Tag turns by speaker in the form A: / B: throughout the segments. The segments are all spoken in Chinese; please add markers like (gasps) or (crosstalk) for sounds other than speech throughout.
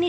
A: 你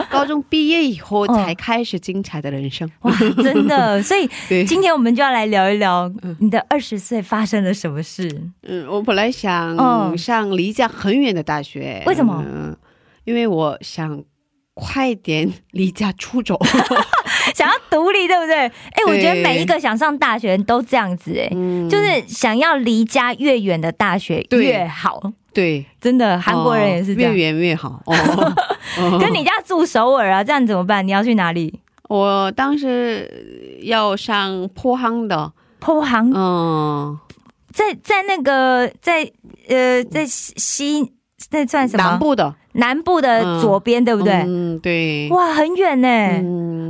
B: 高中毕业以后
C: 嗯
B: 才开始精彩的人生。
C: 哇，真的！所以
B: (laughs) 对，
C: 今天我们就要来聊一聊你的二十岁发生了什么事。
B: 嗯，我本来想
C: 嗯
B: 上离家很远的大学，
C: 为什么
B: 嗯、因为我想快点离家
C: (laughs)
B: 出走。
C: 想要独立，对不对？哎、我觉得每一个想上大学都这样子、哎、
B: 嗯，
C: 就是想要离家越远的大学
B: 对
C: 越好，
B: 对，
C: 真的， (laughs) 韩国人也是这
B: 哦越
C: 样。
B: 远越好。
C: (laughs)
B: 哦，哦
C: 跟你家住首尔啊，这样怎么办？你要去哪里？
B: 我当时要上坡行的，
C: 浦航
B: 嗯，
C: 在在那个在呃在西西那算什么
B: 南部的，
C: 南部的左边、对不对？
B: 嗯，对，
C: 哇，很远呢、
B: 嗯，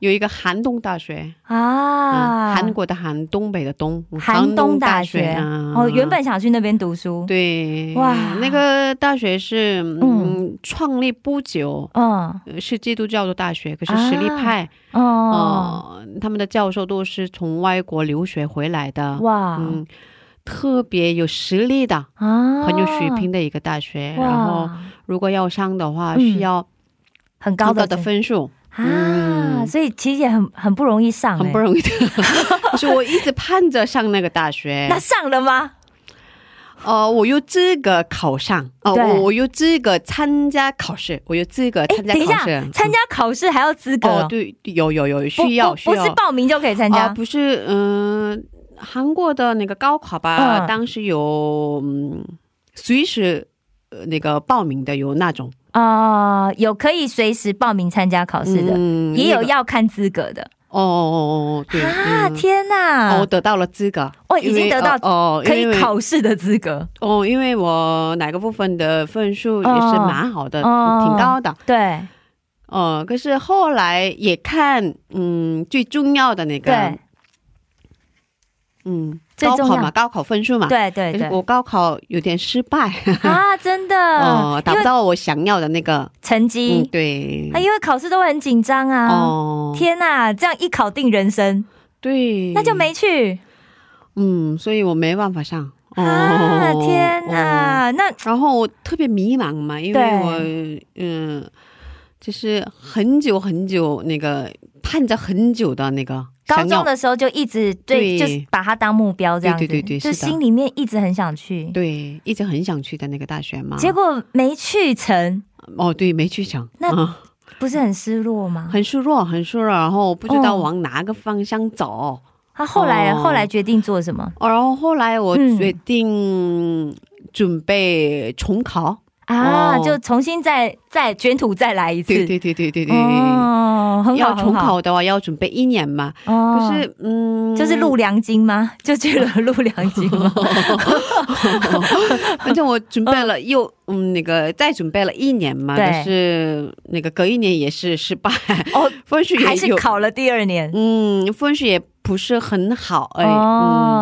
B: 有一个寒冬大学，
C: 啊！
B: 嗯，韩国的韩，东北的东，
C: 寒冬大
B: 大
C: 学
B: 啊。
C: 哦，原本想去那边读书，
B: 对，
C: 哇
B: 那个大学是嗯创立不久，
C: 嗯
B: 呃是基督教的大学，可是
C: 啊
B: 实力派，
C: 哦，
B: 哦、他们的教授都是从外国留学回来的，
C: 哇、
B: 嗯，特别有实力的，
C: 啊，
B: 很有水平的一个大学。然后
C: 哇
B: 如果要上的话，
C: 嗯
B: 需要
C: 很
B: 高
C: 高
B: 高
C: 的
B: 的
C: 成
B: 分数，
C: 啊，
B: 嗯
C: 所以其实也很很不容易上、欸，
B: 很不容易的。 (laughs) 可是我一直盼着上那个大学
C: 那，上了吗？
B: 哦、我有资格考上，哦、
C: 对
B: 我我有资格参加考试，我有资格
C: 哎、
B: 参加
C: 等一
B: 考
C: 下
B: 试，，嗯
C: 参加考试还要资格、
B: 哦，对，有有有
C: 啊不
B: 需要
C: 不
B: 需
C: 不
B: 要
C: 是报名就可以参
B: 啊、
C: 加、
B: 不是嗯、韩国的那个高考吧，
C: 嗯
B: 当时有嗯随时呃那个报名的有那种
C: 啊、有可以随时报名参加考试的，
B: 嗯
C: 也有
B: 那个
C: 要看资格的、
B: 哦哦哦哦对
C: 啊！
B: 嗯
C: 天
B: 哦
C: 哪，
B: 我得到了资格，
C: 哦已经
B: 因为
C: 得到
B: 哦，哦
C: 可以
B: 因为
C: 考试的资格，
B: 哦，因为我哪个部分的分数也是
C: 哦
B: 蛮好的，
C: 哦
B: 挺高的
C: 对，
B: 哦，可是后来也看，嗯，最重要的那个
C: 对，
B: 嗯，
C: 最
B: 高
C: 重
B: 考
C: 要
B: 嘛，高考分数嘛，
C: 对对对
B: 可是，啊哎我高考有点失败，
C: 啊，真的，
B: (laughs) 哦，达
C: 因
B: 不
C: 为
B: 到我想要的那个，
C: 成
B: 嗯，
C: 绩、
B: 对
C: 啊，，因为考试都会很紧张啊。
B: 哦，
C: 天呐、这样一考定人生，
B: 对，
C: 那就，没去、
B: 嗯，所以我没办法上，哦，
C: 啊！天
B: 哦
C: 呐、那
B: 然后我特别迷茫嘛，因为
C: 对
B: 我嗯，就是很久很久那个盼着很久的那个
C: 高
B: 想要
C: 中的时候就一直对，
B: 对
C: 就是把它当目标这样子，
B: 对对对对
C: 就是
B: 的
C: 心里面一直很想去，
B: 对，一直很想去的那个大学嘛。
C: 结果没去成，
B: 哦，对，没去成，
C: 那
B: 啊、
C: 不是很失落吗？
B: 很失落，很失落，然后我不知道
C: 哦
B: 往哪个方向走。哦，
C: 他后来、
B: 哦
C: 后来决定做什么
B: 然后后来我
C: 嗯
B: 决定准备重考。
C: 啊？
B: 哦
C: 就重新再再卷土再来一次，
B: 对对对对对对。
C: 嗯哦，很好，
B: 要重
C: 很好
B: 考的话，要准备一年嘛。
C: 哦
B: 可是，嗯，
C: 就是陆良金吗？ (laughs) 就去
B: (laughs)
C: 了陆良金吗？
B: 反正我准备了又嗯，那个再准备了一年嘛，
C: 对
B: 但是那个隔一年也是失败，
C: 哦，
B: 分数
C: 还
B: (laughs) 也
C: 是
B: 有，
C: 考了第二年。
B: 嗯，分数也不是很好，哎，嗯。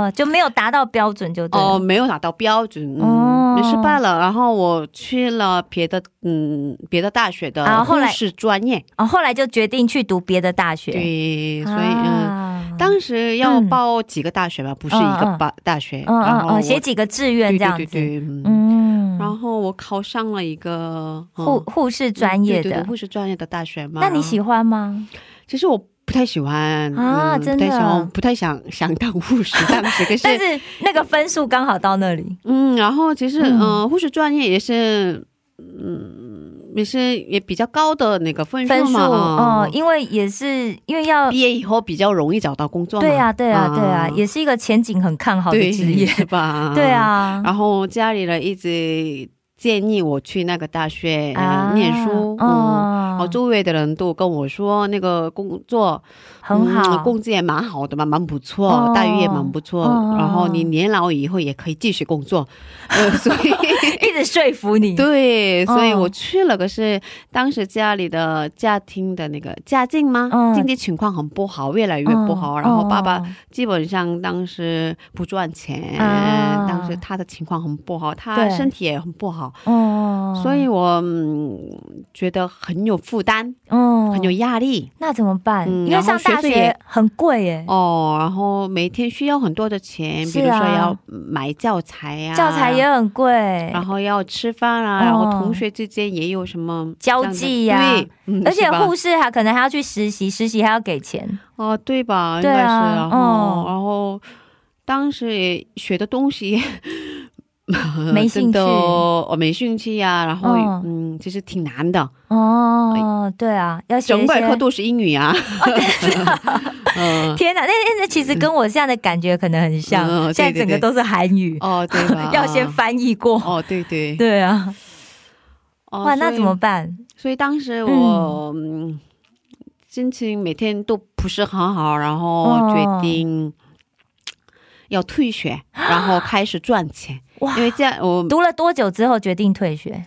C: 哦，就没有达到标准就对了。
B: 哦，没有达到标准，
C: 哦
B: 嗯，也失败了。然后我去了别的，嗯，别的大学
C: 啊
B: 的
C: 后
B: 护
C: 来
B: 士专业，
C: 哦，后来就决定去读别的大学。
B: 对，所以嗯，
C: 啊
B: 当时要
C: 嗯
B: 报几个大学吧，不是一
C: 嗯
B: 个
C: 嗯
B: 大大学，
C: 嗯
B: 然
C: 嗯
B: 后我
C: 嗯，写几个志愿
B: 对
C: 这样
B: 对对
C: 子。
B: 对，嗯，
C: 嗯，
B: 然后我考上了一个嗯
C: 护护士专业
B: 对对
C: 的
B: 对，护士专业的大学嘛。
C: 那你喜
B: 欢？
C: 欢吗？
B: 其实我不太喜欢
C: 啊
B: 嗯
C: 真
B: 不太喜
C: 的
B: 欢，我不太想想当护士，当时可
C: (laughs) 但
B: 是
C: 是那个分数刚好到那里。
B: 嗯，然后其实
C: 嗯
B: 嗯，护士专业也是嗯也是也比较高的那个分
C: 分数
B: 嘛，
C: 哦
B: 哦，，
C: 因为也是因为要
B: 毕业以后比较容易找到工作嘛。
C: 对啊对啊
B: 啊
C: 对啊，也是一个前景很看好的
B: 对， (laughs)
C: 职业。
B: 是吧？
C: (laughs) 对。啊，
B: 然后家里人一直建议我去那个大学、
C: 啊
B: 呃、念书，嗯。
C: 哦
B: 哦，周围的人都跟我说，那个工作
C: 很好，
B: 嗯工资也蛮好的嘛，蛮不错，
C: 哦
B: 待遇也蛮不错。
C: 哦
B: 然后你年老以后也可以继续工
C: (laughs)
B: 作，呃，所以
C: 一直说服你。
B: 对，所以
C: 哦
B: 我去了。可是当时家里的家庭的那个家境嘛，
C: 嗯
B: 经济情况很不好，越来越不好。
C: 嗯
B: 然后爸爸
C: 嗯
B: 基本上当时不赚钱，
C: 啊
B: 当时他的情况很不好，他
C: 对
B: 身体也很不好，
C: 哦，
B: 所以我、嗯、觉得很有负担，
C: 哦
B: 很有压力。
C: 那怎么办？
B: 嗯
C: 因为上大
B: 然后学费
C: 学
B: 也
C: 很贵耶，
B: 哦，然后每天需要很多的钱，
C: 是
B: 比如说
C: 啊
B: 要买教材呀、
C: 教材也很贵，
B: 然后要吃饭啊，然
C: 哦
B: 后同学之间也有什么
C: 交
B: 这样的
C: 际呀
B: 对，嗯
C: 而且
B: 是吧
C: 护士还可能还要去实习，实习还要给钱。
B: 哦，对吧？应
C: 对
B: 该是，
C: 啊
B: 然后、
C: 哦
B: 然后当时也学的东西也
C: (laughs) 没
B: 真
C: 兴趣
B: 的哦，没兴趣呀、然后、
C: 哦
B: 嗯，其实挺难的，
C: 哦，对啊，要写一
B: 整
C: 些
B: 本课都是英语啊。嗯，
C: 天哪，那那那其实跟我现在的感觉可能很像，
B: 嗯对
C: 现在整个
B: 对对
C: 都是韩语，？
B: 哦，对吧
C: (laughs) 要先翻译过。
B: 哦，对对，
C: 对啊，
B: 哦
C: 哇，那
B: 所以
C: 怎么办？
B: 所以当时我、嗯心情每天都不是很好，然后
C: 嗯
B: 决定要退学，然后开始赚钱。
C: 哇
B: 因为这样我
C: 读了多久之后决定退学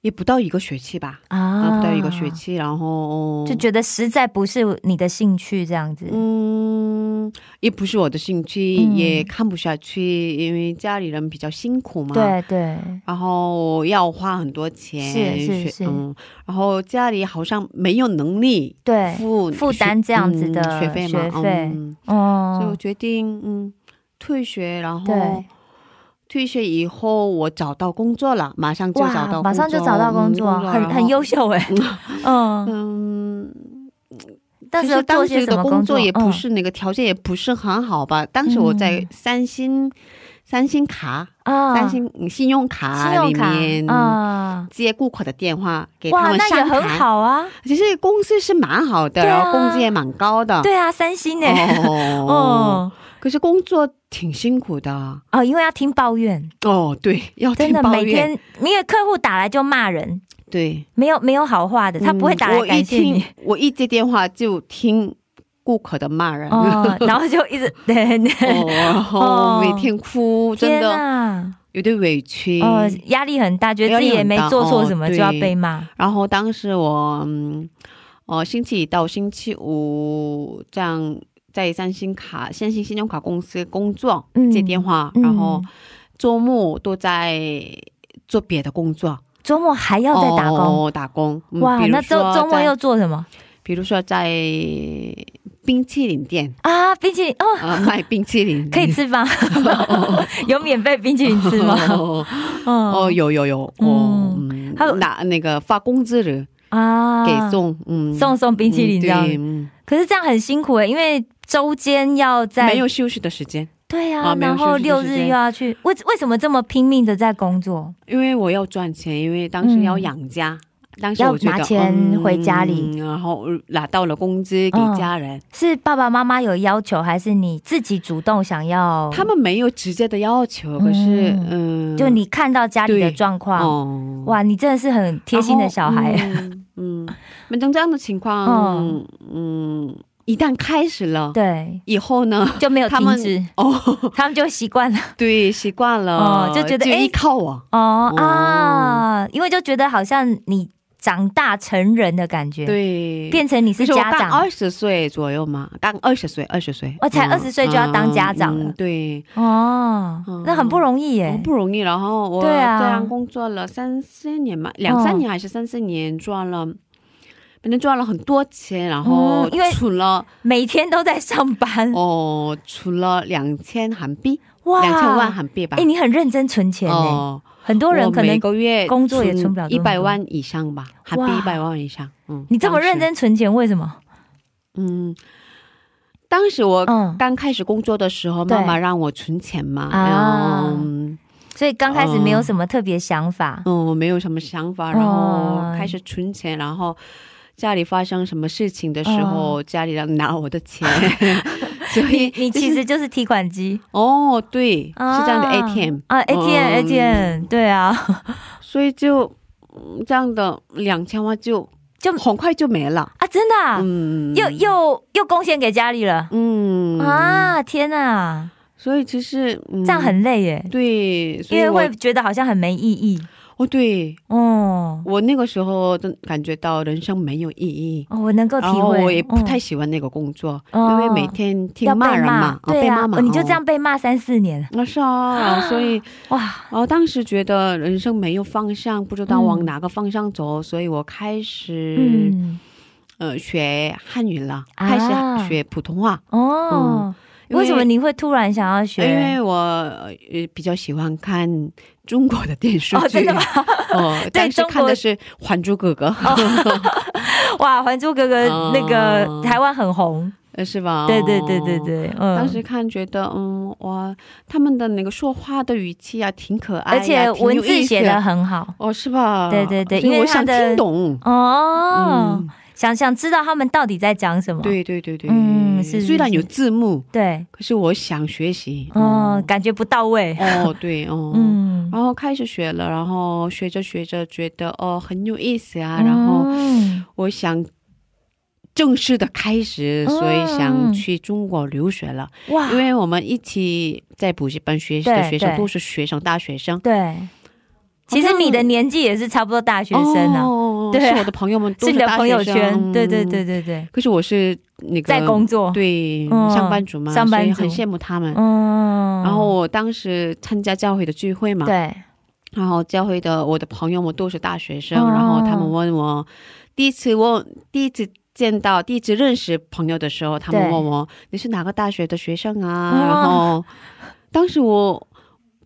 B: 也不到一个学期吧，
C: 啊？
B: 不到一个学，期，然后
C: 就觉得实在不是你的兴趣这样子。
B: 嗯，也不是我的兴趣，
C: 嗯
B: 也看不下去，因为家里人比较辛苦嘛。。
C: 对对，
B: 然后要花很多钱，
C: 是是
B: 学
C: 是
B: 嗯，然后家里好像没有能力
C: 对
B: 付
C: 负
B: 学
C: 担这样子的
B: 嗯学费嘛，
C: 学费
B: 嗯，所以我
C: 哦，
B: 决定嗯退学，然后
C: 对
B: 退学以后我找到工作了，马上就找到工作，
C: 马上就找到工作，
B: 嗯
C: 很很。优秀
B: (laughs)
C: 哎、嗯，
B: 嗯，
C: 但
B: 其
C: 是做
B: 实当
C: 些
B: 时
C: 什
B: 的
C: 么
B: 工
C: 作
B: 作也不
C: 嗯
B: 是那个条件也不是很好吧？当时我在
C: 嗯
B: 三星、三星卡、
C: 啊
B: 三星嗯信用
C: 信
B: 卡
C: 用
B: 里
C: 卡
B: 面
C: 啊，
B: 接顾客的电话，给他
C: 哇，
B: 们
C: 那也
B: 上
C: 很
B: 谈。
C: 好啊，
B: 其实公司是蛮好的，
C: 对啊
B: 然后工资也蛮高的。
C: 对啊，三星哎、
B: 哦
C: (laughs) 哦
B: 可是工作挺辛苦的。
C: 哦，因为要听抱怨，
B: 哦，对，要
C: 真
B: 听
C: 的
B: 抱
C: 每
B: 怨。
C: 天，因为客户打来就骂人，
B: 对，
C: 没有没有好话的，他不会打
B: 嗯
C: 来
B: (laughs) 我一
C: 感谢
B: 听
C: 你。，
B: 我一接电话就听顾客的骂人， (laughs)
C: 哦，然后就一直 (laughs) 对，
B: 哦，然后每天哭，真
C: 天
B: 的
C: 呐，
B: 有点委屈。
C: 呃，压力很大，觉得自己也没做错什么，
B: 压
C: 就
B: 力很大
C: 要
B: 哦
C: 被骂。
B: 然后当时我，嗯，哦，星期一到星期五这样在三星卡、三星信用卡公司工作，
C: 嗯
B: 接电话，
C: 嗯
B: 然后周末都在做别的工作，
C: 周末还要再打工，
B: 哦、打工。嗯
C: 哇，
B: 比如
C: 那周
B: 说
C: 周末
B: 在
C: 又做什么
B: 比如说在冰淇淋店 (laughs)
C: 啊？冰淇淋哦，
B: 啊、呃卖冰淇淋，
C: 可以吃
B: (laughs)
C: 吗？有免费冰淇淋吃吗？
B: 哦哦，
C: 嗯
B: 有有有，哦，嗯，
C: 还有
B: 拿那个发工资的
C: 啊
B: 给送，嗯，
C: 送送冰淇淋这样
B: 嗯对，嗯
C: 可是这样很辛苦哎、因为周间要在
B: 没有休息的时间，
C: 对呀、
B: 啊没有
C: 然后
B: 休息的
C: 六
B: 时
C: 日
B: 间
C: 又要去，为为什么这么拼命的在工作？
B: 因为我要赚钱，因为当时
C: 嗯
B: 要养家。当时
C: 要
B: 我觉得
C: 拿钱回家里
B: 嗯然后拿到了工资给
C: 嗯
B: 家人。
C: 是爸爸妈妈有要求，还是你自己主动想要？
B: 他们没有直接的要求，可是嗯，
C: 哦就你看到家里的状况，
B: 哦，
C: 哇，你真的是很贴心的小孩。
B: 然后。嗯，嗯反正这样的情况，
C: 嗯
B: 嗯一旦开始了，
C: 对，
B: 以后呢，
C: 就没有
B: 他
C: 停
B: 们
C: 止，
B: 哦，
C: 他们就习惯了。
B: 对，习惯了，
C: 哦就觉得哎
B: 依靠我，
C: 哦
B: 哦
C: 啊，因为就觉得好像你长大成人的感觉，，
B: 对，
C: 变成你是
B: 就是我
C: 家
B: 刚
C: 长
B: 二十岁左右嘛，刚二十岁，二十岁，
C: 哦才
B: 嗯
C: 20岁就要当家长了
B: 嗯对，
C: 哦
B: 嗯，
C: 那很不容易
B: 我
C: 耶。
B: 不容易。然后我
C: 对
B: 这
C: 啊嗯
B: 样工作了三四年嘛，两三年还是三四年，赚了，反正赚了很多钱，然后
C: 嗯因为
B: 存了
C: 每天都在上班，
B: 哦，存了两千韩币，
C: 哇
B: 两千万韩币吧
C: 哎、。你很认真存钱呢、
B: 哦，
C: 很多人可
B: 我
C: 能
B: 每个月
C: 工作也存不了多
B: 一
C: 少
B: 百万以上吧，韩币
C: 哇
B: 一百万以上。嗯，
C: 你这么
B: 当时
C: 认，真存钱，为什么？
B: 嗯，当时我
C: 嗯，
B: 刚开始工作的时候，
C: 对
B: 妈妈让我存钱嘛，
C: 啊
B: 嗯，
C: 所以刚开始没
B: 哦
C: 有什么特别想
B: (laughs)
C: 法，
B: 嗯，我没有什么想
C: 哦
B: 法，然后开始存钱，然后家里发生什么事情的时候，家里人拿我的
C: (laughs)
B: 钱，所以
C: 哦你
B: 就是
C: 其实就是提款机，
B: 哦，对，
C: 啊
B: 是这样的 ATM，
C: 啊
B: 嗯
C: ，ATM ATM，对啊， (laughs)
B: 所以就嗯这样的两千万就
C: 就
B: 很快就没了，
C: 啊，真的、啊
B: 嗯，
C: 又又又贡献给家里了、
B: 嗯，
C: 啊！天哪，
B: 所以其实、嗯
C: 这样很累耶，
B: 对，所
C: 因
B: 以
C: 为
B: 我
C: 会觉得好像很没意义
B: 哦，对
C: 哦。
B: 我那个时候真感觉到人生没有意义。
C: 哦，我能够体
B: 然后
C: 会，
B: 我也不太
C: 嗯
B: 喜欢那个工作，
C: 哦
B: 因为每天
C: 要
B: 听
C: 被
B: 骂人嘛，啊
C: 对
B: 被
C: 啊
B: 骂，嘛，
C: 哦你就
B: 哦
C: 这样被骂三四年，
B: 啊是
C: (gasps)
B: 啊，所以
C: 哇，
B: 哦，当时觉得人生没有方向，不知道
C: 嗯
B: 往哪个方向走，所以我开始、
C: 嗯，
B: 呃学汉语了，
C: 啊
B: 开始学普通话。
C: 哦。
B: 嗯因
C: 为什么？你会突然想要学？
B: 因为我呃比较喜欢看中国的电视剧，
C: 哦真的吗？
B: (laughs)
C: (laughs)
B: 哦，但是
C: 中国哦
B: 看的是《还珠格格》
C: 哇，《还珠格格》
B: 哦
C: 那个台湾很红，
B: 呃 (laughs) 是吧？
C: 对对对对
B: 哦。
C: 对，嗯，
B: 当时看觉得，嗯，哇，他们的那个说话的语气啊，挺可爱
C: 而
B: 呀，
C: 且
B: 挺有
C: 文字
B: 意思
C: 写的很好
B: 哦，是吧？
C: 对对对
B: 所以
C: 因为
B: 我
C: 他
B: 想
C: 的
B: 听懂。
C: 哦，
B: 嗯，
C: 想想知道他们到底在讲什么，
B: 对对对对，
C: 嗯是是
B: 虽然有字幕，
C: 对，
B: 可是我想学习。
C: 嗯，感觉不到位，
B: 嗯哦，对，哦，
C: (laughs) 嗯，
B: 然后开始学了，然后学着学着觉得哦很有意思啊，然后
C: 嗯
B: 我想正式的开始，
C: 嗯
B: 所以想去中国留学了，
C: 哇
B: 因，为我们一起在补习班学习的
C: 对
B: 学生
C: 对
B: 都是学生大学生。
C: 对，其实
B: 好像
C: 你的年纪也是差不多大学生啊，
B: 哦
C: 对啊
B: 是我的朋友们都
C: (laughs) 是你的
B: 大学
C: 朋友圈，
B: 生
C: 对对对。对对，
B: 可是我是那个
C: 在工作，
B: 对、
C: 嗯
B: 上班族嘛，
C: 上班族
B: 所以很羡慕他们。
C: 嗯，
B: 然后我当时参加教会的聚会嘛，
C: 对，
B: 然后教会的我的朋友们都是大学生，
C: 哦
B: 然后他们问我，第一次问，第一次见到，第一次认识朋友的时候，他们
C: 对
B: 问我你是哪个大学的学生啊？
C: 哦
B: 然后当时我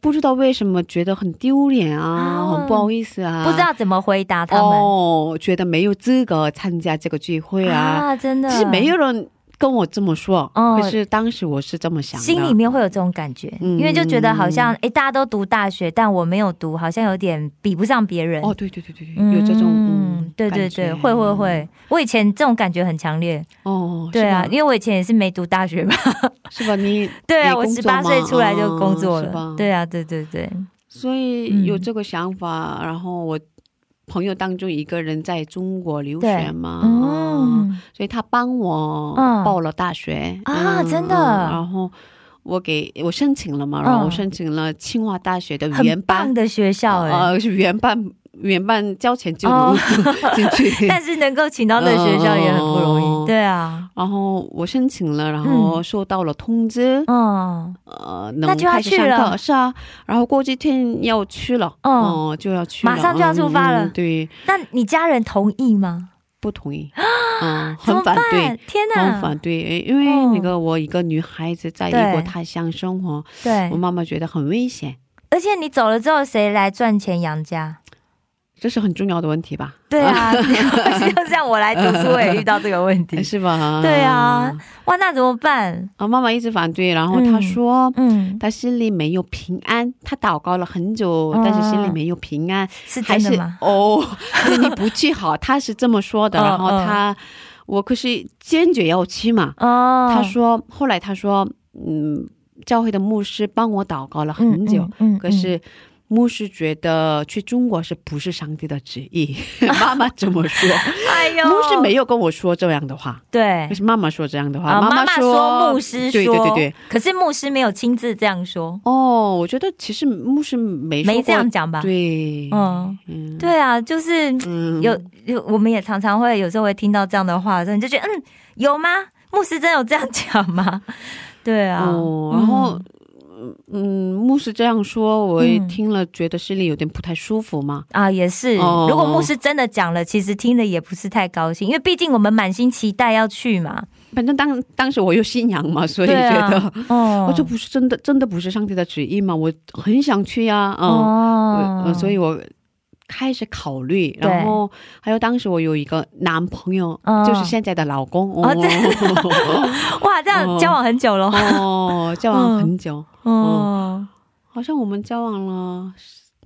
B: 不知道为什么觉得很丢脸啊，
C: 哦
B: 很不好意思啊，
C: 不知道怎么回答他们
B: 哦，觉得没有资格参加这个聚会啊。
C: 啊，真的，
B: 其实没有人跟我这么说，
C: 哦
B: 可是当时我是这么想的，
C: 心里面会有这种感觉，
B: 嗯
C: 因为就觉得好像哎、诶大家都读大学，但我没有读，好像有点比不上别人。
B: 哦，对对对对对，有这种嗯，
C: 对对
B: 感觉
C: 对，会会会，我以前这种感觉很强烈，
B: 哦，
C: 对啊，
B: 是吧
C: 因为我以前也是没读大学嘛，
B: 是
C: (laughs)
B: 吧？你
C: 对啊，
B: 你
C: 我
B: 工
C: 十
B: 作
C: 八岁
B: 吗
C: 出来就工作
B: 嗯是
C: 了
B: 吧，
C: 对啊，对对对，
B: 所
C: 嗯
B: 以有这个想法，然后我朋友当中一个人在中国留
C: 对
B: 学嘛，哦，
C: 嗯，
B: 所以他帮我
C: 嗯
B: 报了大学、
C: 啊
B: 嗯
C: 真的
B: 嗯然后我给我申请了嘛，然后我
C: 嗯
B: 申请了清华大学的语言
C: 很棒
B: 班，
C: 的学校哎、
B: 呃，是语言班，语言班交钱就能、 (laughs)
C: 哦
B: 进
C: (laughs)
B: 去。
C: 但是能够请到的学校也很不容易。
B: 哦
C: 对啊，
B: 然后我申请了，然后收到了通知，
C: 嗯，
B: 呃，
C: 那
B: 能
C: 就要
B: 开始上
C: 去了
B: 课是啊，然后过几天要去了，
C: 哦
B: 哦、就要去了，
C: 马上就要出发了
B: 嗯对，
C: 那你家人同意吗？
B: 不
C: (gasps)
B: 同意，嗯，
C: 怎
B: 很
C: 么
B: 反
C: 办？
B: 对，
C: 天
B: 很
C: 哪
B: 反，对，因为
C: 嗯
B: 那个我一个女孩子在
C: 对
B: 异国他乡生活，
C: 对
B: 我，妈妈觉得很危险，
C: 而且你走了之后，谁来赚钱养家？
B: 这是很重要的问题吧？
C: 对
B: (laughs)
C: 啊，就像我来读书，我也遇到这个问题。
B: 是吧？
C: (laughs) 对啊，哇，那怎么办？
B: 啊，妈妈一直反对，然后她
C: 嗯
B: 说。
C: 嗯，
B: 她心里没有平安，她祷告了很久，
C: 啊
B: 但是心里没有平安，
C: 是
B: 还
C: 真
B: 是
C: 的吗？
B: 哦， (laughs) 你不去好，她是这么说的。
C: 嗯
B: 然后她，我可是坚决要去嘛。
C: 哦，
B: 她说，后来她说，嗯，教会的牧师帮我祷告了很久，
C: 嗯，嗯
B: 可是牧师觉得去中国是不是上帝的旨意？ (laughs) 妈妈这
C: (laughs)
B: 么说，
C: 哎呦，
B: 牧师没有跟我说这样的话，
C: 对
B: 可。是妈妈说这样的话。
C: 哎啊，妈
B: 妈说，
C: 说，牧师说，
B: 对对对对。
C: 可是牧师没有亲自这样说，
B: 哦，我觉得其实牧师没说
C: 没
B: 过
C: 这样讲吧？
B: 对，
C: 嗯，
B: 嗯，
C: 对啊，就是
B: 嗯，
C: 有有，我们也常常会有时候会听到这样的话的时候，你就觉得嗯，有吗？牧师真有这样讲吗？ (laughs) 对啊，
B: 哦，然后。嗯，牧师这样说，我也
C: 嗯
B: 听了觉得心里有点不太舒服嘛。
C: 啊，也是。
B: 哦
C: 如果牧师真的讲了，其实听了也不是太高兴，因为毕竟我们满心期待要去嘛。
B: 反正当当时我有信仰嘛，所以
C: 对
B: 觉
C: 啊
B: 得、
C: 哦
B: 嗯我这不是真的，真的不是上帝的旨意嘛。我很想去呀、嗯，
C: 哦
B: 我我所以我开始考虑，
C: 对
B: 然后还有当时我有一个男朋友，
C: 哦
B: 就是现在的老公，
C: 哦这
B: 哦，
C: 哇，这样
B: 哦 (laughs)
C: 交往很久了。
B: 哦交
C: 嗯
B: 往很久，
C: 哦，
B: 好像我们交往了，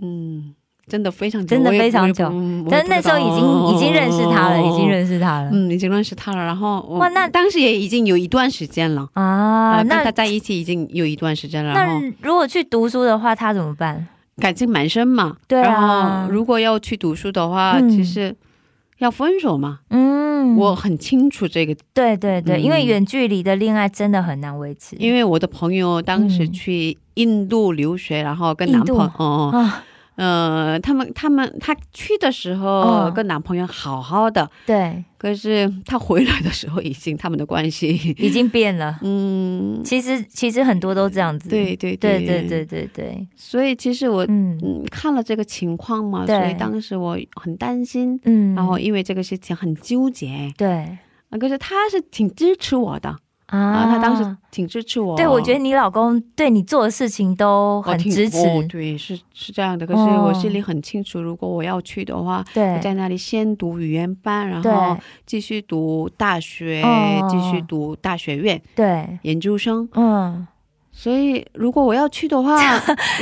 B: 嗯，真的非常久，
C: 真的
B: 我也
C: 非常久
B: 我也不嗯我也
C: 但
B: 不
C: 那时
B: 知
C: 候
B: 道
C: 已经已经认识他了，已经。
B: 哦
C: 认识他了。
B: 嗯，已经认识他了，然后我
C: 哇那
B: 当时也已经有一段时间了
C: 啊，
B: 呃跟他
C: 那嗯
B: 在一起已经有一段时间了，然后
C: 那如果去读书的话，他怎么办？
B: 感情蛮深嘛。
C: 对啊
B: 然后如果要去读书的话，
C: 嗯
B: 其实要分手嘛。
C: 嗯，
B: 我很清楚这个，
C: 对对对，
B: 嗯
C: 因为远距离的恋爱真的很难维持。
B: 因为我的朋友当时
C: 嗯
B: 去印度留学，然后跟男
C: 印
B: 朋友，哦、
C: 啊，
B: 呃，他们他们他去的时候
C: 嗯
B: 跟男朋友好好的，
C: 对，
B: 可是他回来的时候已经他们的关系，
C: 已经变了。
B: 嗯，
C: 其实其实很多都这样子。
B: 对对
C: 对对
B: 对
C: 对，对对，
B: 所以其实我。
C: 嗯
B: 嗯，看了这个情况嘛，
C: 对
B: 所以当时我很担心，
C: 嗯，
B: 然后因为这个事情很纠结。
C: 对
B: 啊，可是他是挺支持我的啊，
C: 啊
B: 他当时挺支持我。
C: 对我觉得你老公对你做的事情都
B: 我
C: 很
B: 挺
C: 支持，
B: 哦对，是是这样的。可是
C: 哦
B: 我心里很清楚，如果我要去的话，我
C: 对
B: 在哦那里先读语言班，然
C: 对
B: 后继续读大学，
C: 哦
B: 继续读大学院
C: 对，
B: 研究生。
C: 嗯，
B: 所以如果我要去
C: (laughs)
B: 的话，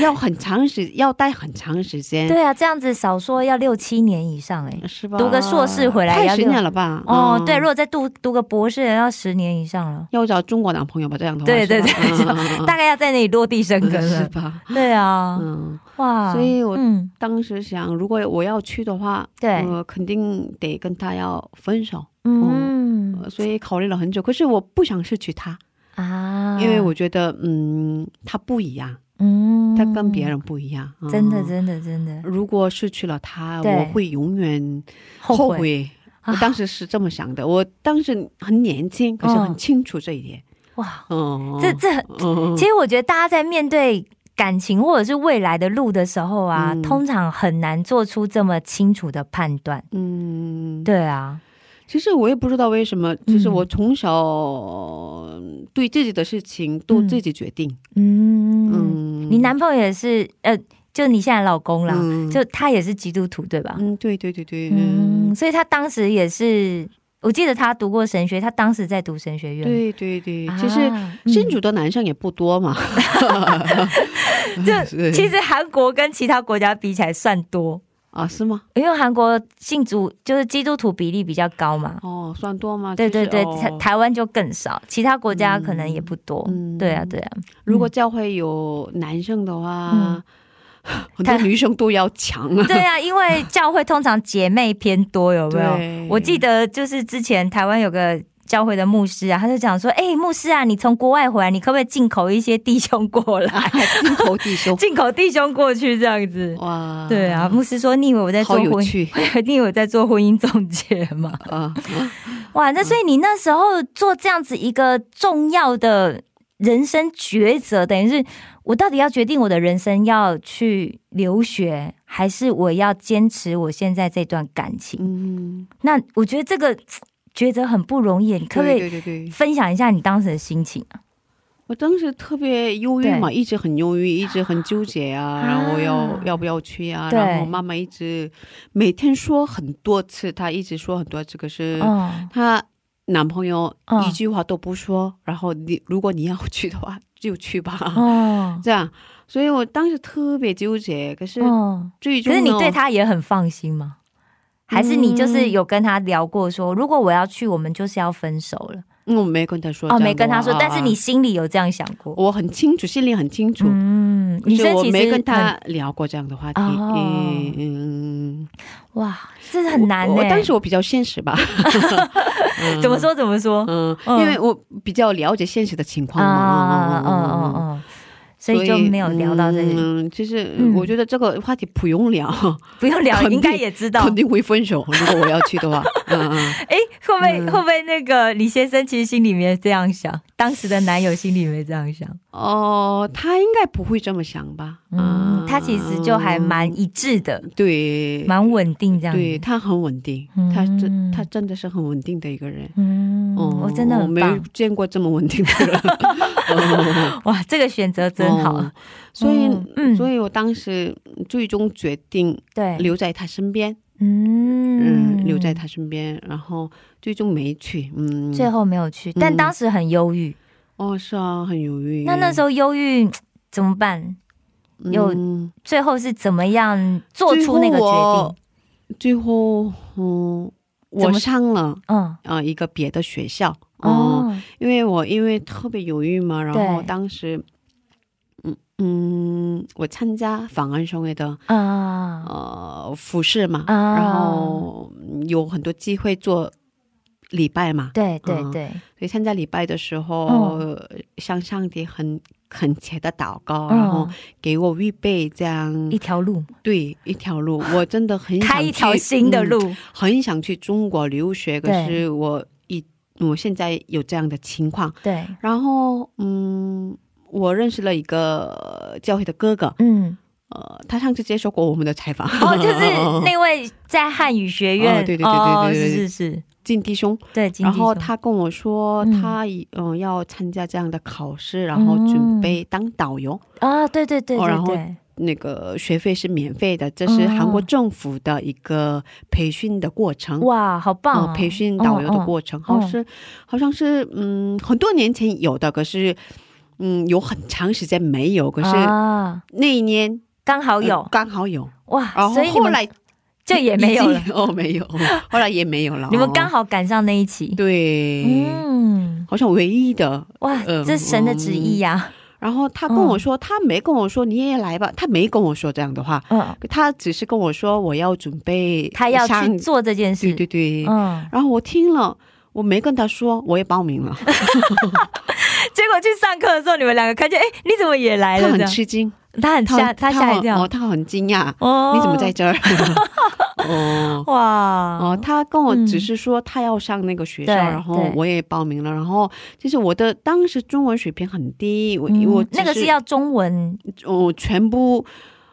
B: 要很长时，要待很长时间，
C: 对啊，这样子少说要六七年以上哎、
B: 是吧？
C: 读个硕士回来要
B: 快十
C: 六
B: 年了吧？
C: 哦，
B: 嗯
C: 对，如果再读读个博士，要十年以上了，
B: 要找中国男朋友吧，这样的话，
C: 对
B: 是吧
C: 对对
B: 嗯嗯嗯
C: (laughs)
B: 嗯
C: 大概要在那里落地生根
B: (laughs) 是
C: 了。
B: 吧？
C: 对啊，
B: 嗯。
C: 哇，
B: 所以我
C: 嗯，
B: 当时想，如果我要去的话，
C: 对
B: 我肯定得跟他要分手，
C: 嗯
B: 呃所以考虑了很久。可是我不想失去他，
C: 啊，
B: 因为我觉得，嗯，他不一样，
C: 嗯，
B: 他跟别人不一样，嗯
C: 真的真的真的
B: 如果失去了他，
C: 对
B: 我会永远
C: 后
B: 后
C: 悔
B: 悔。
C: 啊
B: 我当时是这么想的，我当时很年轻，可是很清楚这一点。
C: 哇，
B: 嗯，
C: 这这
B: 嗯
C: 其实我觉得大家在面对感情或者是未来的路的时候啊，
B: 嗯
C: 通常很难做出这么清楚的判断。
B: 嗯，
C: 对啊，
B: 其实我也不知道为什么，就是
C: 嗯
B: 我从小对自己的事情都
C: 嗯
B: 自己决定。
C: 嗯，
B: 嗯，
C: 你男朋友也是，呃，就你现在老公啦，
B: 嗯
C: 就他也是基督徒对吧？
B: 嗯，对对对对，
C: 嗯，
B: 嗯，
C: 所以他当时也是，我记得他读过神学，他当时在读神学院。
B: 对对对，
C: 啊，
B: 其实信主的男生也不多嘛，
C: 这、
B: 是
C: 其实韩国跟其他国家比起来算多，
B: 啊，是吗？
C: 因为韩国信主就是基督徒比例比较高嘛。
B: 哦，算多吗？
C: 对对
B: 其
C: 对
B: 实，哦
C: 台台湾就更少，其他国家可能也不多。
B: 嗯
C: 对啊，对啊。嗯
B: 如果教会有男生的话， (laughs) 很多女生都要强啊。
C: 对啊，因为教会通常姐妹偏多，有没有
B: (laughs) 对？
C: 我记得就是之前台湾有个。教会的牧师啊，他就讲说：“哎、牧师啊，你从国外回来，你可不可以进口一些弟兄过
B: (laughs)
C: 来，
B: 金口
C: (laughs)
B: 弟兄，
C: 进口弟兄过去这样子？”
B: 哇，
C: 对啊，牧师说：“你以为我在做
B: 哦好有
C: 婚
B: 趣
C: 姻？ (laughs) 你以为我在做婚姻中介吗？”
B: 啊，
C: 哇，
B: 嗯
C: 那所以你那时候做这样子一个重要的人生抉择，等于是我到底要决定我的人生要去留学，还是我要坚持我现在这段感情？
B: 嗯，
C: (laughs) 那我觉得这个嘖抉择很不容易，你可不可
B: 对对
C: 以
B: 对对，
C: 分享一下你当时的心情啊？
B: 我当时特别忧郁嘛，一直很忧郁，一直很纠结啊，然后要、要不要去啊？
C: 对
B: 然后妈妈一直每天说很多次，她一直说很多次，可是
C: 嗯，
B: 她男朋友
C: 嗯
B: 一句话都不说。然后你如果你要去的话，就去吧，
C: 哦，
B: 这样。所以我当时特别纠结，可嗯是
C: 哦，
B: 最终
C: 可是你
B: 呢嗯
C: 对他也很放心吗？还是你就是有跟他聊过说，如果我要去，我们就是要分手了
B: 嗯我没跟他说这
C: 哦，
B: 样的话，
C: 没跟他说，但是你
B: 啊
C: 心里有这样想过？
B: 我很清楚，心里很清楚。
C: 嗯，
B: 就
C: 女生
B: 我
C: 其实
B: 没跟
C: 很
B: 他聊过这样的话题，
C: 哦
B: 嗯嗯，
C: 哇，这是很难欸
B: 我
C: 的、
B: 我当时我比较现实吧， (laughs) 嗯
C: 怎么？说怎么说
B: 嗯，
C: 嗯
B: 因为我比较了解现实的情
C: 啊？
B: 况
C: 嗯嗯
B: 嘛。嗯嗯嗯
C: 嗯，所以就没有聊到这里，
B: 嗯，其实
C: 嗯
B: 我觉得这个话题不用聊，
C: 不用聊，
B: 肯定
C: 应该也知道。
B: (laughs) 肯定会分手。如果我要
C: (laughs)
B: 去的话，嗯嗯，
C: 哎，会不会、会不会那个李先生其实心里面这样想，当时的男友心里面这样想，
B: 哦，他应该不会这么想吧？啊
C: 嗯，他其实就还蛮一致的，
B: 对，
C: 蛮稳定这样子。
B: 对他很稳定，
C: 嗯
B: 他真他真的是很稳定的一个人。
C: 嗯，
B: 哦
C: 我真的
B: 我
C: 很
B: 没
C: 棒，
B: 见过这么稳定
C: (laughs)
B: 的人，哦
C: 哇，这个选择真好，
B: 哦所以
C: 嗯，嗯
B: 所以我当时最终决定
C: 对，
B: 留在他身边，
C: 嗯
B: 嗯，留在他身边，然后最终没去，嗯，
C: 最后没有去，但
B: 嗯
C: 当时很忧郁，
B: 哦是啊，很犹豫。
C: 那那时候忧郁怎么办？
B: 候
C: 有
B: 嗯
C: 最后是怎么样做出那个决定？
B: 最后，嗯，
C: 怎
B: 我
C: 么
B: 上了
C: 嗯，
B: 啊、一个别的学校，哦、
C: 哦，
B: 因为我因为特别犹豫嘛，然后
C: 对
B: 当时，嗯嗯，我参加访安商会的
C: 啊，
B: 呃服饰嘛，
C: 啊
B: 然后嗯有很多机会做礼拜嘛，
C: 对对
B: 嗯
C: 对，
B: 所以参加礼拜的时候，
C: 哦
B: 向上帝很恳切的祷告，然后
C: 嗯，
B: 给我预备这样
C: 一条路，
B: 对一条路。我真的很想
C: 开一条
B: 去
C: 新的、
B: 嗯
C: 路，
B: 很想去中国留学，可
C: 对
B: 是我一我现在有这样的情况，
C: 对，
B: 然后嗯，我认识了一个呃教会的哥哥，
C: 嗯，
B: (laughs) 呃，他上次接受过我们的采访， (laughs)
C: 哦，就是那位在汉语学院，
B: 哦对对对对
C: 哦
B: 对对
C: 是是是，
B: 金弟兄，
C: 对，金
B: 然后
C: 弟兄
B: 他跟我说
C: 嗯
B: 他已嗯、要参加这样的考试，然后准备当导游。
C: 啊，对对对
B: 哦然
C: 对
B: 后
C: 对，
B: 那个学费是免费的，这是
C: 哦
B: 韩国政府的一个培训的过程，
C: 哇，好棒哦，
B: 啊、培训导游的
C: 哦，
B: 过程，好像是好像是嗯很多年前有的，可是嗯有很长时间没有，可
C: 可
B: 是
C: 啊，
B: 那一年
C: 刚好有
B: 呃刚好有，然
C: 哇，所
B: 后
C: 以你
B: 后
C: 们
B: 来
C: 就也没有了
B: 已，经 (laughs) 哦，没有，后来也没有了。
C: (laughs) 你们刚
B: 哦
C: 好赶上那一期，
B: 对，
C: 嗯，
B: 好像唯一的。
C: 哇，
B: 嗯
C: 这神的旨意呀，
B: 然后他跟我
C: 嗯
B: 说，他没跟我说你也来吧，他没跟我说这样的话，
C: 嗯，
B: 他只是跟我说我要准备
C: 他要
B: 上
C: 去，做这件事
B: 对，对对。
C: 嗯。
B: 然后我听了，我没跟他说，我也报名了，
C: 结果去上课的时候，你们两个看见，哎、你怎么也来
B: 他
C: 了？这
B: 很
C: 样，
B: 吃惊，
C: 他很吓，他吓一
B: 很
C: 跳
B: 哦，。他很惊讶，
C: 哦
B: 你怎么在？这儿？ (laughs) 哦。
C: 哇，
B: 哦，他跟我
C: 嗯
B: 只是说他要上那个学校，
C: 对
B: 然后
C: 对
B: 我也报名了。然后其实我的当时中文水平很低，我、
C: 嗯
B: 我
C: 那个是要中文
B: 我、呃全部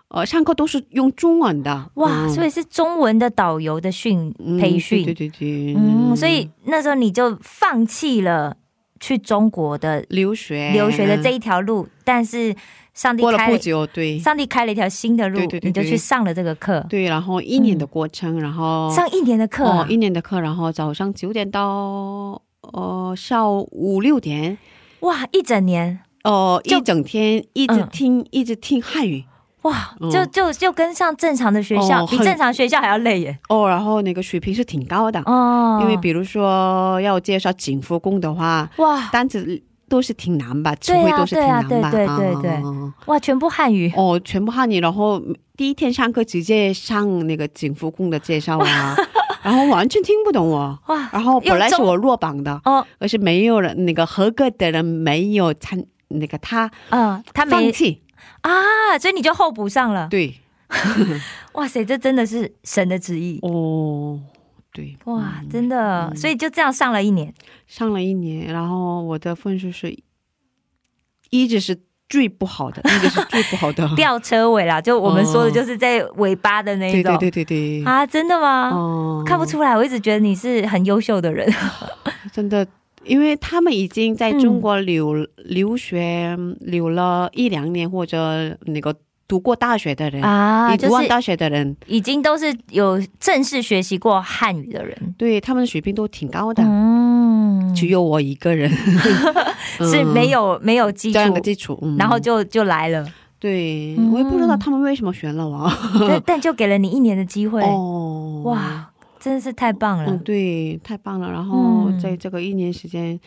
B: 呃上课都是用中文的。
C: 哇，
B: 嗯
C: 所以是中文的导游的训
B: 嗯
C: 培训。
B: 对对对对，
C: 嗯，所以那时候你就放弃了去中国的
B: 留学嗯
C: 留学的这一条路，但是上帝
B: 哎过了
C: 开
B: 不
C: 了
B: 久，对
C: 上帝开了一条新的路，
B: 对对对
C: 你就
B: 对
C: 去上了这个课，
B: 对，然后一年的过程，然后
C: 上一年的课啊、
B: 哦一年的课，然后早上九点到呃下午五六点，
C: 哇，一整年。
B: 哦、
C: 就
B: 一整天一直
C: 嗯
B: 听、一直听汉语。
C: 哇，
B: 嗯
C: 就就就跟上正常的学校，
B: 哦
C: 比
B: 很
C: 正常学校还要累耶！
B: 哦，然后那个水平是挺高的，
C: 哦，
B: 因为比如说要介绍景福宫的话，
C: 哇
B: 单词都是挺难吧，词
C: 对啊
B: 汇都是挺难吧，
C: 对啊对对对对
B: 啊
C: 哇，全部汉语
B: 哦，全部汉语，然后第一天上课直接上那个景福宫的介
C: (laughs)
B: 绍啊，然后完全听不懂我。
C: 哇
B: 然后本来是我落榜的，
C: 哦，
B: 而是没有人那个合格的人没有参那个他
C: 嗯，他
B: 放
C: 没
B: 弃，
C: 啊，所以你就候补上了。
B: 对，
C: 哇塞，这真的是神的旨意。
B: 哦，对，
C: 哇，
B: 嗯
C: 真的，所以就这样上了一年，，
B: 上了一年，然后我的分数是一直是最不好的，一直是最不好的
C: (laughs) 吊车尾啦，就我们说的就是在尾巴的那一
B: 对
C: 种
B: 哦对对对对，
C: 啊，真的吗？
B: 哦
C: 看不出来，我一直觉得你是很优秀的人。
B: 真的，因为他们已经在
C: 嗯
B: 中国留、留学留了一两年，或者那个读过大学的人，
C: 啊，
B: 你
C: 就
B: 读完
C: 是
B: 大学的人，
C: 已经都是有正式学习过汉语的人，
B: 对他们的水平都挺高的，
C: 嗯，
B: 只有我一个人
C: 是
B: 嗯
C: 没有没有基础
B: 这，样的基础，嗯
C: 然后就就来了，
B: 对、
C: 嗯
B: 我也不知道他们为什么选了我，
C: 但但就给了你一年的机嗯会，
B: 嗯哦，。
C: 哇，真的是太棒了
B: 嗯，，对，太棒了！然后
C: 嗯
B: 在这个一年时间，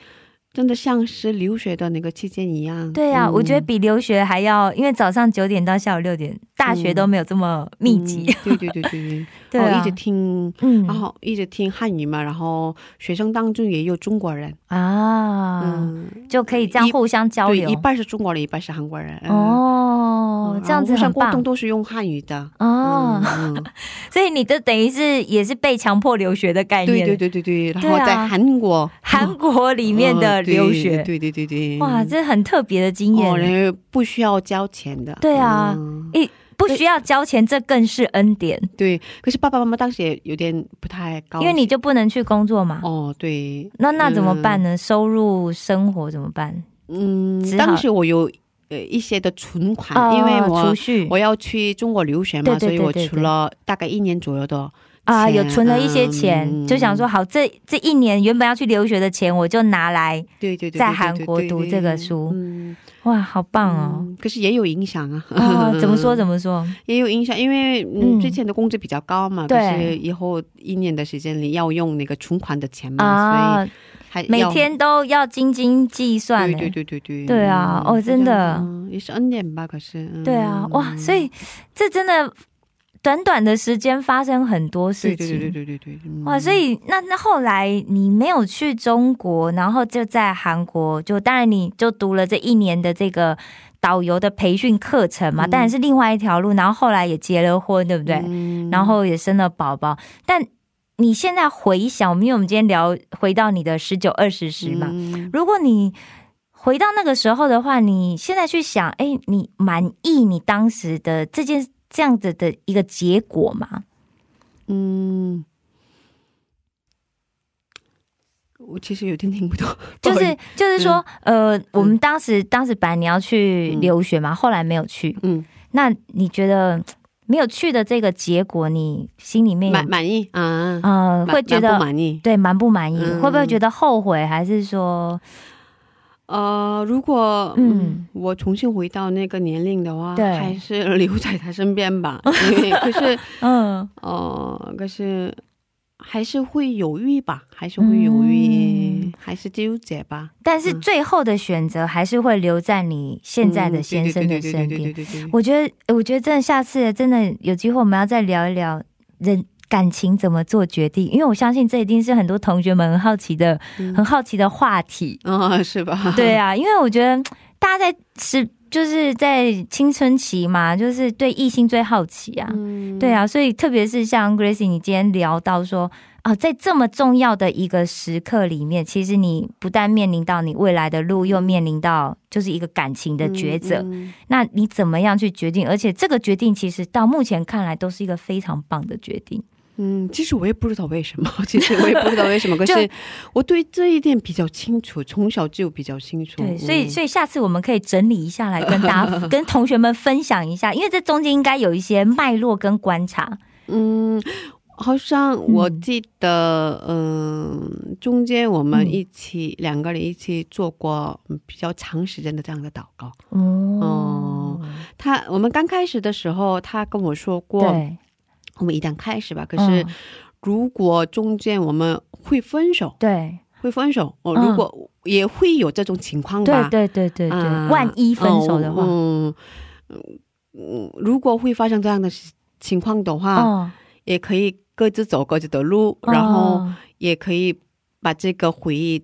B: 真的像是留学的那个期间一样。
C: 对呀、
B: 嗯
C: 我觉得比留学还要，因为早上九点到下午六点，大学都没有这么密集，
B: 嗯对对对对
C: (laughs)
B: 对，
C: 对
B: 然
C: 啊，
B: 后一直听
C: 嗯
B: 然后一直听汉语嘛，然后学生当中也有中国人，
C: 啊、
B: 嗯，
C: 就可以这样
B: 一
C: 互相交
B: 对，
C: 流
B: 一半是中国人，一半是韩国人。嗯，嗯
C: 哦，这样子
B: 然后
C: 很
B: 互相沟
C: 棒
B: 通都是用汉语的。
C: 哦、
B: 嗯，嗯
C: 所以你的等于是也是被强迫留学的概念，
B: 对对对对对，然后
C: 对啊
B: 在韩国
C: 韩国里面的留学，
B: 嗯对对对对，对
C: 哇，这很特别的经
B: 哦，
C: 验，
B: 人家不需要交钱的，
C: 对啊
B: 嗯
C: 一、不需要交钱，这更是恩典，
B: 对。可是爸爸妈妈当时也有点不太高
C: 因
B: 兴，
C: 为你就不能去工作嘛。
B: 哦，嗯对，
C: 那那怎么办呢？收入、生活怎么办？
B: 嗯
C: 只，好
B: 当时我有呃一些的存款，
C: 啊
B: 因为我
C: 储蓄
B: 我要去中国留学嘛，
C: 对对对
B: 所以
C: 对
B: 我
C: 对
B: 存了大概一年左右的
C: 啊，
B: 钱
C: 有存了一些钱，
B: 嗯
C: 就想说好，这这一年原本要去留学的钱，我就拿来。
B: 对对对对，
C: 在韩国
B: 对
C: 读这个书
B: 嗯，
C: 哇，好棒哦！
B: 嗯可是也有影响啊， (laughs)
C: 哦，怎么说怎么说？
B: 也有影响，因为嗯
C: 嗯
B: 之前的工资比较高嘛，
C: 对
B: 可是以后一年的时间里要用那个存款的钱嘛，嗯所
C: 啊，
B: 以还要
C: 每天都要斤斤计算欸
B: 对
C: 呢。
B: 对对对对
C: 对啊
B: 嗯
C: 哦真的
B: 嗯也是恩典吧，可是、嗯
C: 对啊，哇，所以这真的短短的时间发生很多事
B: 对
C: 情。
B: 对对对对对对，嗯
C: 哇，所以那那后来你没有去中国，然后就在韩国，就当然你就读了这一年的这个导游的培训课程嘛，
B: 嗯
C: 当然是另外一条路。然后后来也结了婚，对不对？
B: 嗯
C: 然后也生了宝宝，但你现在回想，因为我们今天聊回到你的十九二十时嘛，
B: 嗯
C: 如果你回到那个时候的话，你现在去想，哎，你满意你当时的这件这样子的一个结果吗？
B: 嗯，我其实有点听不懂， (laughs) 不
C: 就
B: 好意
C: 是
B: 思
C: 就是说，呃，我们当时当时本来你要去留学嘛，后来没有去，
B: 嗯，
C: 那你觉得没有去的这个结果，你心里面有
B: 满满意啊，
C: 呃
B: 满
C: 会觉
B: 满不
C: 得
B: 满意。
C: 对蛮不满意，
B: 嗯
C: 会不会觉得后悔，还是说
B: 呃，如果
C: 嗯
B: 嗯，我重新回到那个年龄的话，
C: 对
B: 还是留在他身
C: (laughs)
B: 边吧，因为可是
C: 嗯
B: 呃，可是还是会犹豫吧，还是会犹豫，
C: 嗯
B: 还是纠结吧。
C: 但是
B: 嗯
C: 最后的选择还是会留在你现在的
B: 嗯
C: 先生的身边
B: 对。对对对对对对对
C: 我觉得，呃我觉得真的，下次真的呃有机会，我们要再聊一聊人感情怎么做决定，因为我相信这一定是很多同学们很好奇的、
B: 嗯。
C: 很好奇的话题
B: 啊，是吧？
C: 对啊，因为我觉得大家在是就是在青春期嘛，就是对异性最好奇啊。
B: 嗯，
C: 对啊，所以特别是像 Gracie，你今天聊到说，啊，在这么重要的一个时刻里面，其实你不但面临到你未来的路，又面临到就是一个感情的
B: 嗯
C: 抉择。
B: 嗯
C: 那你怎么样去决定？而且这个决定其实到目前看来都是一个非常棒的决定。
B: 嗯，其实我也不知道为什么，其实我也不知道为什么，可
C: 就是
B: 我对这一点比较清楚，从小就比较清楚。
C: 对，所以
B: 嗯
C: 所以下次我们可以整理一下来跟大
B: (laughs)
C: 家、跟同学们分享一下，因为这中间应该有一些脉络跟观察。
B: 嗯，好像我
C: 嗯
B: 记得，嗯、中间我们
C: 嗯
B: 一起、两个人一起做过嗯比较长时间的这样的祷告。
C: 哦
B: 哦，他我们刚开始的时候，他跟我说过，
C: 嗯对，
B: 我们一旦开始吧，可
C: 嗯
B: 是如果中间我们会分手，
C: 对
B: 会分手，哦，
C: 嗯
B: 如果也会有这种情况吧。
C: 对对对对对，
B: 啊
C: 万一分手的话，
B: 嗯嗯嗯，如果会发生这样的事情况的话，
C: 哦，
B: 也可以各自走各自的路，嗯啊然后也可以把这个回忆、嗯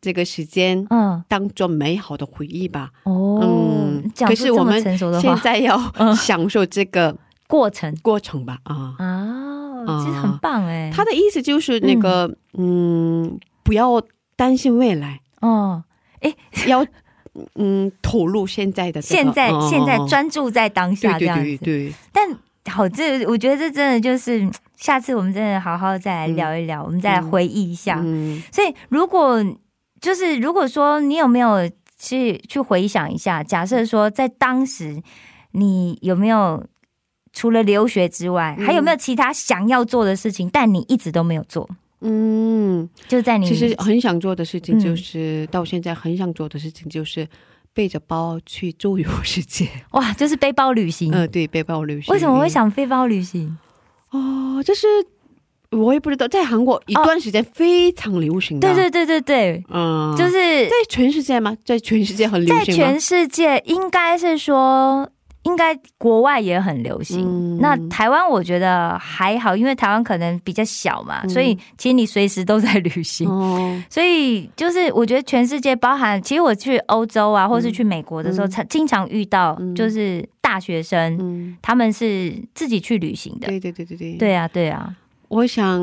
B: 这个时间
C: 嗯
B: 当做美好的回忆吧。
C: 哦，
B: 嗯
C: 讲
B: 可
C: 出
B: 是
C: 这
B: 我
C: 么
B: 们
C: 成熟的
B: 现
C: 话，嗯
B: 在
C: (laughs)
B: 要享受这个
C: 过程
B: 过程吧，啊、
C: 啊，
B: 啊
C: 其实很棒哎，
B: 他的意思就是那个，嗯，不要担心未
C: (laughs)
B: 来，
C: 哦，
B: 要嗯投入现在的这个、
C: 现在
B: 嗯
C: 现在
B: 嗯嗯
C: 专注在当
B: 对
C: 下这
B: 对
C: 样
B: 对
C: 子，
B: 对，
C: 但好，这我觉得这真的就是，下次我们真的好好再来聊一聊，我们再来回忆一下。
B: 嗯
C: 所以，如果就是如果说你有没有去去回想一下，假设说在当时你有没有除了留学之外，
B: 嗯
C: 还有没有其他想要做的事情，但你一直都没有做？
B: 嗯，
C: 就在你
B: 其实很想做的事
C: 嗯
B: 情就是、到现在很想做的事情就是背着包去周游世界，
C: 哇，就是背包旅行。
B: 嗯、对，背包旅行。
C: 为什么会想背包旅行？
B: 哦？就是我也不知道，在韩国一段时间非常流行的，
C: 哦对对对对对，
B: 嗯，
C: 就是
B: 在全世界吗？在全世界很流
C: 在
B: 行吗
C: 全？世界应该是说，应该国外也很流行。
B: 嗯
C: 那台湾我觉得还好，因为台湾可能比较小嘛，
B: 嗯
C: 所以其实你随时都在旅行。
B: 哦，
C: 所以就是，我觉得全世界包含，其实我去欧洲啊，或是去美国的时候，
B: 嗯
C: 常经常遇到
B: 嗯
C: 就是大学生，
B: 嗯，
C: 他们是自己去旅行的。
B: 对对对对对。
C: 对啊，对啊，
B: 我想，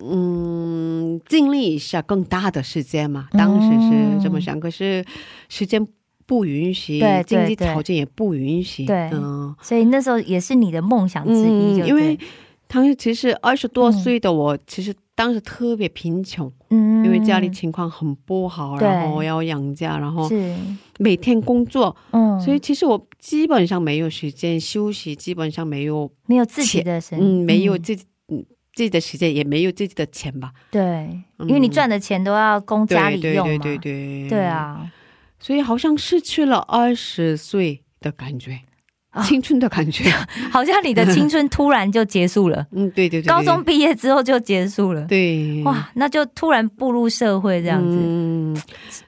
B: 嗯，经历一下更大的世界嘛。当时是这么想，可是时间不允许
C: 嗯对对，
B: 经济
C: 对
B: 条件也不允许。
C: 对
B: 嗯
C: 所以那时候也是你的梦想之一
B: 嗯，
C: 就对，
B: 因为当时其实二十多
C: 嗯
B: 岁的我，其实当时特别贫穷，
C: 嗯
B: 因为家里情况很不好，
C: 对
B: 然后要养家，然后
C: 是
B: 每天工作，
C: 嗯，
B: 所以其实我基本上没有时间休息，基本上没有，
C: 没有自己的生，
B: 嗯，没有自己。嗯自己的时间也没有自己的钱吧，
C: 对，
B: 嗯
C: 因为你赚的钱都要供
B: 对
C: 家里用嘛，
B: 对对对对
C: 对，啊，
B: 所以好像失去了二十岁的感觉，
C: 啊
B: 青春的感
C: (laughs)
B: 觉。
C: 好像你的青春突然就结束了，
B: 嗯， (laughs) 对对对对，
C: 高中毕业之后就结束了，
B: 对
C: 哇，那就突然步入社会这样子，
B: 嗯，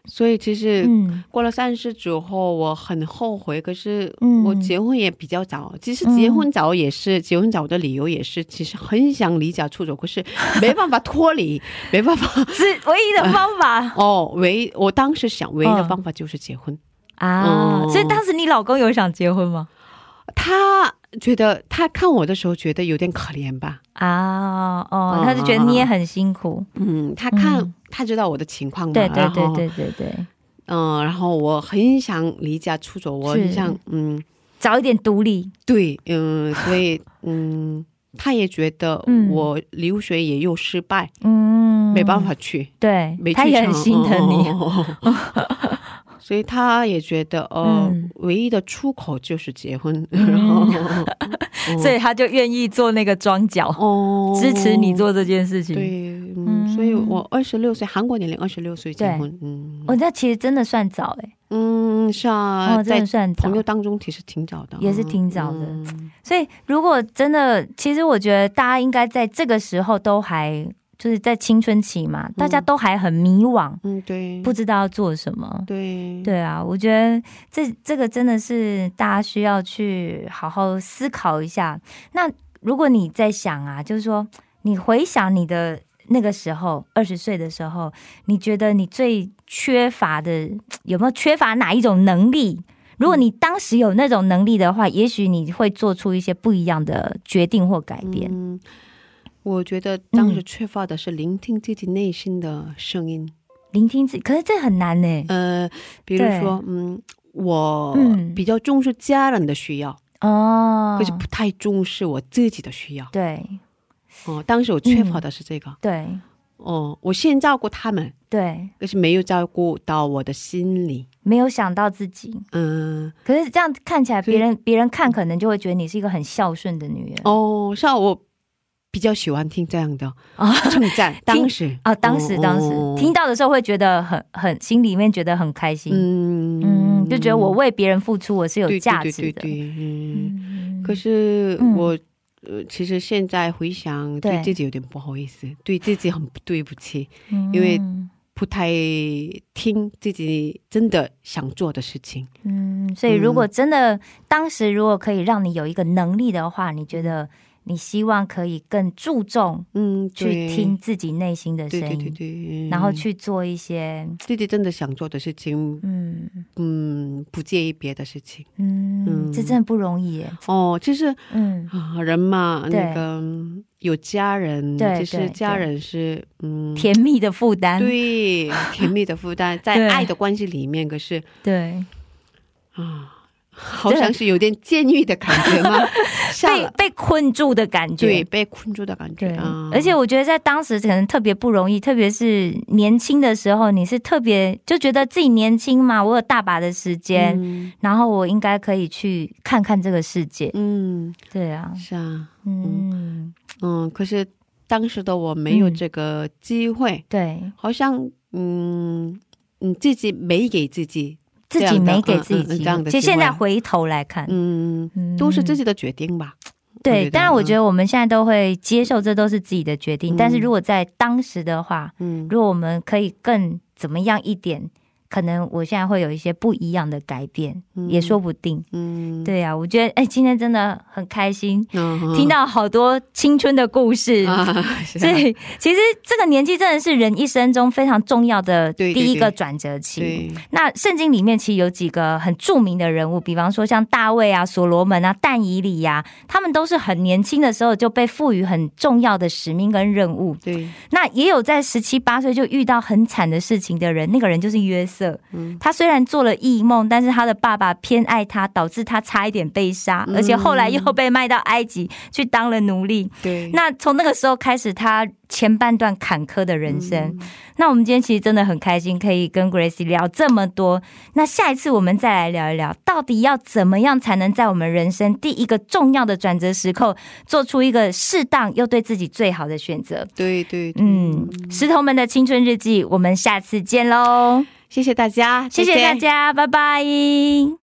B: 所以其实
C: 嗯
B: 过了三十之后，我很后悔。可是
C: 嗯
B: 我结婚也比较早，其实结婚早也是、结婚早的理由也是，其实很想离家出走，可是没办法脱离，没
C: (laughs)
B: 办法。
C: 只唯一的方
B: (laughs)
C: 法
B: 哦，唯我当时想唯一的
C: 嗯
B: 方法就是结婚。
C: 啊，
B: 哦
C: 所以当时你老公有想结婚吗？
B: 他觉得他看我的时候觉得有点可怜吧，
C: 啊，哦，
B: 嗯
C: 他就觉得你也很辛苦，
B: 嗯，他看、
C: 嗯
B: 他知道我的情况嘛，
C: 对对
B: 然
C: 对
B: 后
C: 对对对，
B: 嗯，然后我很想离家出走，我
C: 是
B: 很想嗯，
C: 早一点独立，
B: 对，嗯，所以嗯，他也觉得
C: 嗯
B: 我留学也又失败，
C: 嗯，
B: 没办，法去，
C: 对
B: 没，去
C: 他也很
B: 成
C: 心疼你，
B: 哦哦哦 (laughs) 所以他也觉得哦、
C: 嗯
B: 唯一的出口就是结婚，然后、
C: (laughs) 所以他就愿意做那个装脚，
B: 哦
C: 支持你。做这件事情，
B: 对，嗯，
C: 嗯
B: 所以我二十六岁，韩国年龄二十六岁结
C: 对
B: 婚，嗯
C: 哦，那其实真的算早哎、
B: 嗯，是啊，
C: 哦，真
B: 在
C: 的算早
B: 朋。友当中其实挺早的，
C: 也是挺早的
B: 嗯
C: 所以如果真的，其实我觉得大家应该在这个时候都还就是在青春期嘛，大家都还很迷惘，
B: 嗯，对，
C: 不知道要做什么。
B: 对，
C: 对啊，我觉得这这个真的是大家需要去好好思考一下。那如果你在想啊，就是说你回想你的那个时候，二十岁的时候，你觉得你最缺乏的有没有缺乏哪一种能力？如
B: 嗯
C: 果你当时有那种能力的话，也许你会做出一些不一样的决定或改变。
B: 嗯，我觉得当时
C: 嗯
B: 缺乏的是聆听自己内心的声音。
C: 聆听自己，可是这很难呢、
B: 呃，比如
C: 对
B: 说，嗯，我
C: 嗯
B: 比较重视家人的需要，
C: 哦
B: 可是不太重视我自己的需要。
C: 对嗯
B: 哦、当时我缺乏的是这个。
C: 对
B: 哦、我先照顾他们，
C: 对，
B: 可是没有照顾到我的心理。
C: 没有想到自己。
B: 嗯，
C: 可是这样看起来，
B: 所以
C: 别人别人看可能就会觉得你是一个很孝顺的女人哦
B: 哦，像我比较喜欢听这样的
C: 啊
B: 称
C: (laughs)
B: 赞。当时
C: 当
B: 哦
C: 时当时、听
B: 到，
C: 到的时候会觉得很很心里面觉得很开心，
B: 嗯
C: 嗯，就觉得我为别人付出我是有
B: 对
C: 价
B: 对
C: 值
B: 对对
C: 的。
B: 对嗯。
C: 嗯
B: 可是
C: 嗯
B: 我、呃，其实现在回想，
C: 对 (laughs)
B: 对自己有点不好意思，对自己很不对不起，
C: 嗯
B: 因为不不太听自己真的想做的事情。
C: 嗯，所以如果真的、当时如果可以让你有一个能力的话，你觉得你希望可以更注重
B: 嗯，
C: 去
B: 对
C: 听，自己内心的声
B: 对
C: 音，
B: 对对对，
C: 然后
B: 嗯
C: 去做一些，
B: 自己真的想做的事情，
C: 嗯
B: 嗯，不介意别的事情。
C: 嗯，
B: 嗯
C: 这真的不容易耶，
B: 哦，其实
C: 嗯
B: 啊，人嘛，
C: 对
B: 那个有家人，
C: 对
B: 其实
C: 对
B: 家
C: 对
B: 人是嗯，
C: 甜蜜的负担，
B: 对甜蜜的负担，在
C: 对
B: 爱的关系里面，可
C: (laughs)
B: 是
C: 对
B: 啊，好像是有点监狱的感觉嘛，
C: (laughs)
B: 下
C: 被
B: 了
C: 被困住的感觉，
B: 对被困住的感觉
C: 对
B: 啊，，
C: 而且我觉得在当时可能特别不容易，特别是年轻的时候，你是特别就觉得自己年轻嘛，我有大把的时间，
B: 嗯
C: 然后我应该可以去看看这个世界。
B: 嗯
C: 对啊，
B: 是啊，
C: 嗯，
B: 嗯，可是当时的我没有
C: 嗯
B: 这个机会，
C: 对
B: 好像嗯。你自己没给自己，
C: 自己没给自己
B: 嗯嗯
C: 机
B: 这样
C: 会，
B: 的
C: 其实
B: 机会
C: 现在回头来看，
B: 嗯，
C: 嗯
B: 都是自己的决定吧。
C: 对，当然我觉
B: 得，
C: 得我们现在都会接受，这都是自己的决定。
B: 嗯
C: 但是如果在当时的话，
B: 嗯，
C: 如果我们可以更怎么样一点，可能我现在会有一些不一样的改变，
B: 嗯
C: 也说不定。
B: 嗯，
C: 对啊，我觉得哎、今天真的很开心，
B: 嗯，
C: 听到好多青春的故事。 (laughs)
B: 啊，是啊
C: 所以，其实这个年纪真的是人一生中非常重要的第
B: 对对
C: 一个
B: 对
C: 转折期。
B: 对，
C: 那圣经里面其实有几个很著名的人物，比方说像大卫啊、所罗门啊、但以理呀、他们都是很年轻的时候就被赋予很重要的使命跟任务。
B: 对，
C: 那也有在十七八岁就遇到很惨的事情的人，那个人就是约瑟。
B: 嗯
C: 他虽然做了异梦，但是他的爸爸偏爱他，导致他差一点被杀，
B: 嗯
C: 而且后来又被卖到埃及去当了奴隶。
B: 对，
C: 那从那个时候开始，他前半段坎坷的人生。
B: 嗯
C: 那我们今天其实真的很开心，可以跟 Gracie 聊这么多。那下一次我们再来聊一聊，到底要怎么样才能在我们人生第一个重要的转折时刻，做出一个适当又对自己最好的选择。
B: 对对，对
C: 嗯，石头们的青春日记，我们下次见喽！
B: 谢谢大家，
C: 谢谢大。家，拜拜。